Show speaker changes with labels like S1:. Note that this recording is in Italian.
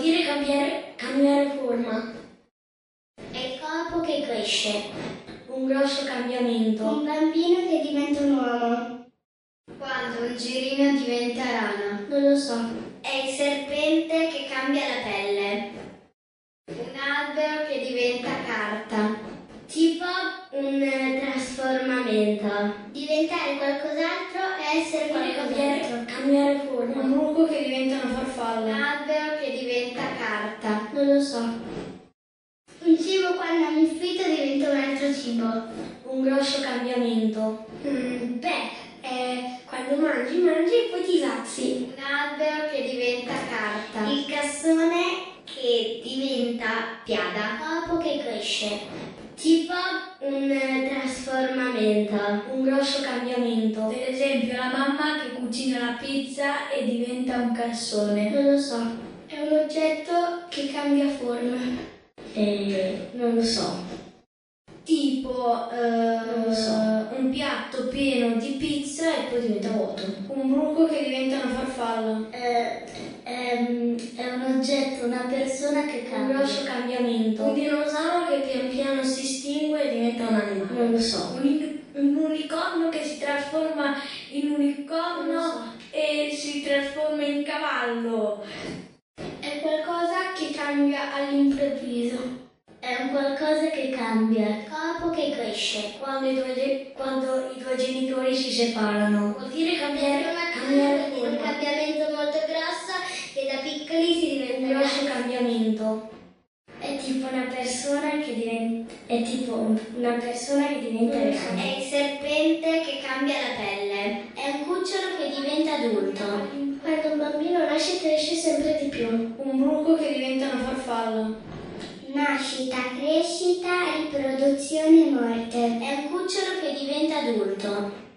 S1: dire cambiare, cambiare forma. È il corpo che cresce. Un grosso cambiamento.
S2: Un bambino che diventa un uomo. Quando un girino diventa rana.
S1: Non lo so.
S2: È il serpente che cambia la pelle. Un albero che diventa carta.
S1: Tipo un eh, trasformamento.
S2: Diventare qualcos'altro è essere
S1: Dire
S2: qualcos'altro.
S1: cambiare, cambiare forma.
S2: bruco che diventa una farfalla. Un albero che diventa carta.
S1: Non lo so.
S2: Un cibo quando ammuffito diventa un altro cibo. Mm,
S1: Un grosso cambiamento.
S2: beh, eh,
S1: quando mangi, mangi e poi ti sazi.
S2: un albero che diventa carta.
S1: Il cassone che diventa piada. Corpo che cresce. Tipo un eh, trasformamento, un grosso cambiamento. Per esempio la mamma che cucina la pizza e diventa un cassone. Non lo so.
S2: È un oggetto che cambia forma.
S1: Eh, non lo so. Tipo eh, un piatto pieno di pizza e poi diventa vuoto. Un bruco che diventa una farfalla.
S2: è un oggetto, una persona che
S1: Un grosso cambiamento. Un dinosauro che pian piano si estingue e diventa un animale.
S2: Non lo so.
S1: Un, un unicorno che si trasforma in unicorno
S2: Non
S1: e si trasforma in cavallo.
S2: È qualcosa che cambia all'improvviso.
S1: È un qualcosa che cambia. Il corpo che cresce. Quando i tuoi, ge- quando i tuoi genitori si separano. Vuol dire
S2: Ah,
S1: cambiare, cambiare
S2: un
S1: forma.
S2: cambiamento molto grosso che da piccoli si
S1: Un
S2: diventa
S1: grosso cambiamento.
S2: È tipo una persona che diventa
S1: È tipo una persona che diventa grande.
S2: È il serpente che cambia la pelle. È un cucciolo che diventa adulto. Quando un bambino nasce cresce sempre di più.
S1: Un bruco che diventa una farfalla.
S2: Nascita, crescita, riproduzione, morte. È un cucciolo che diventa adulto.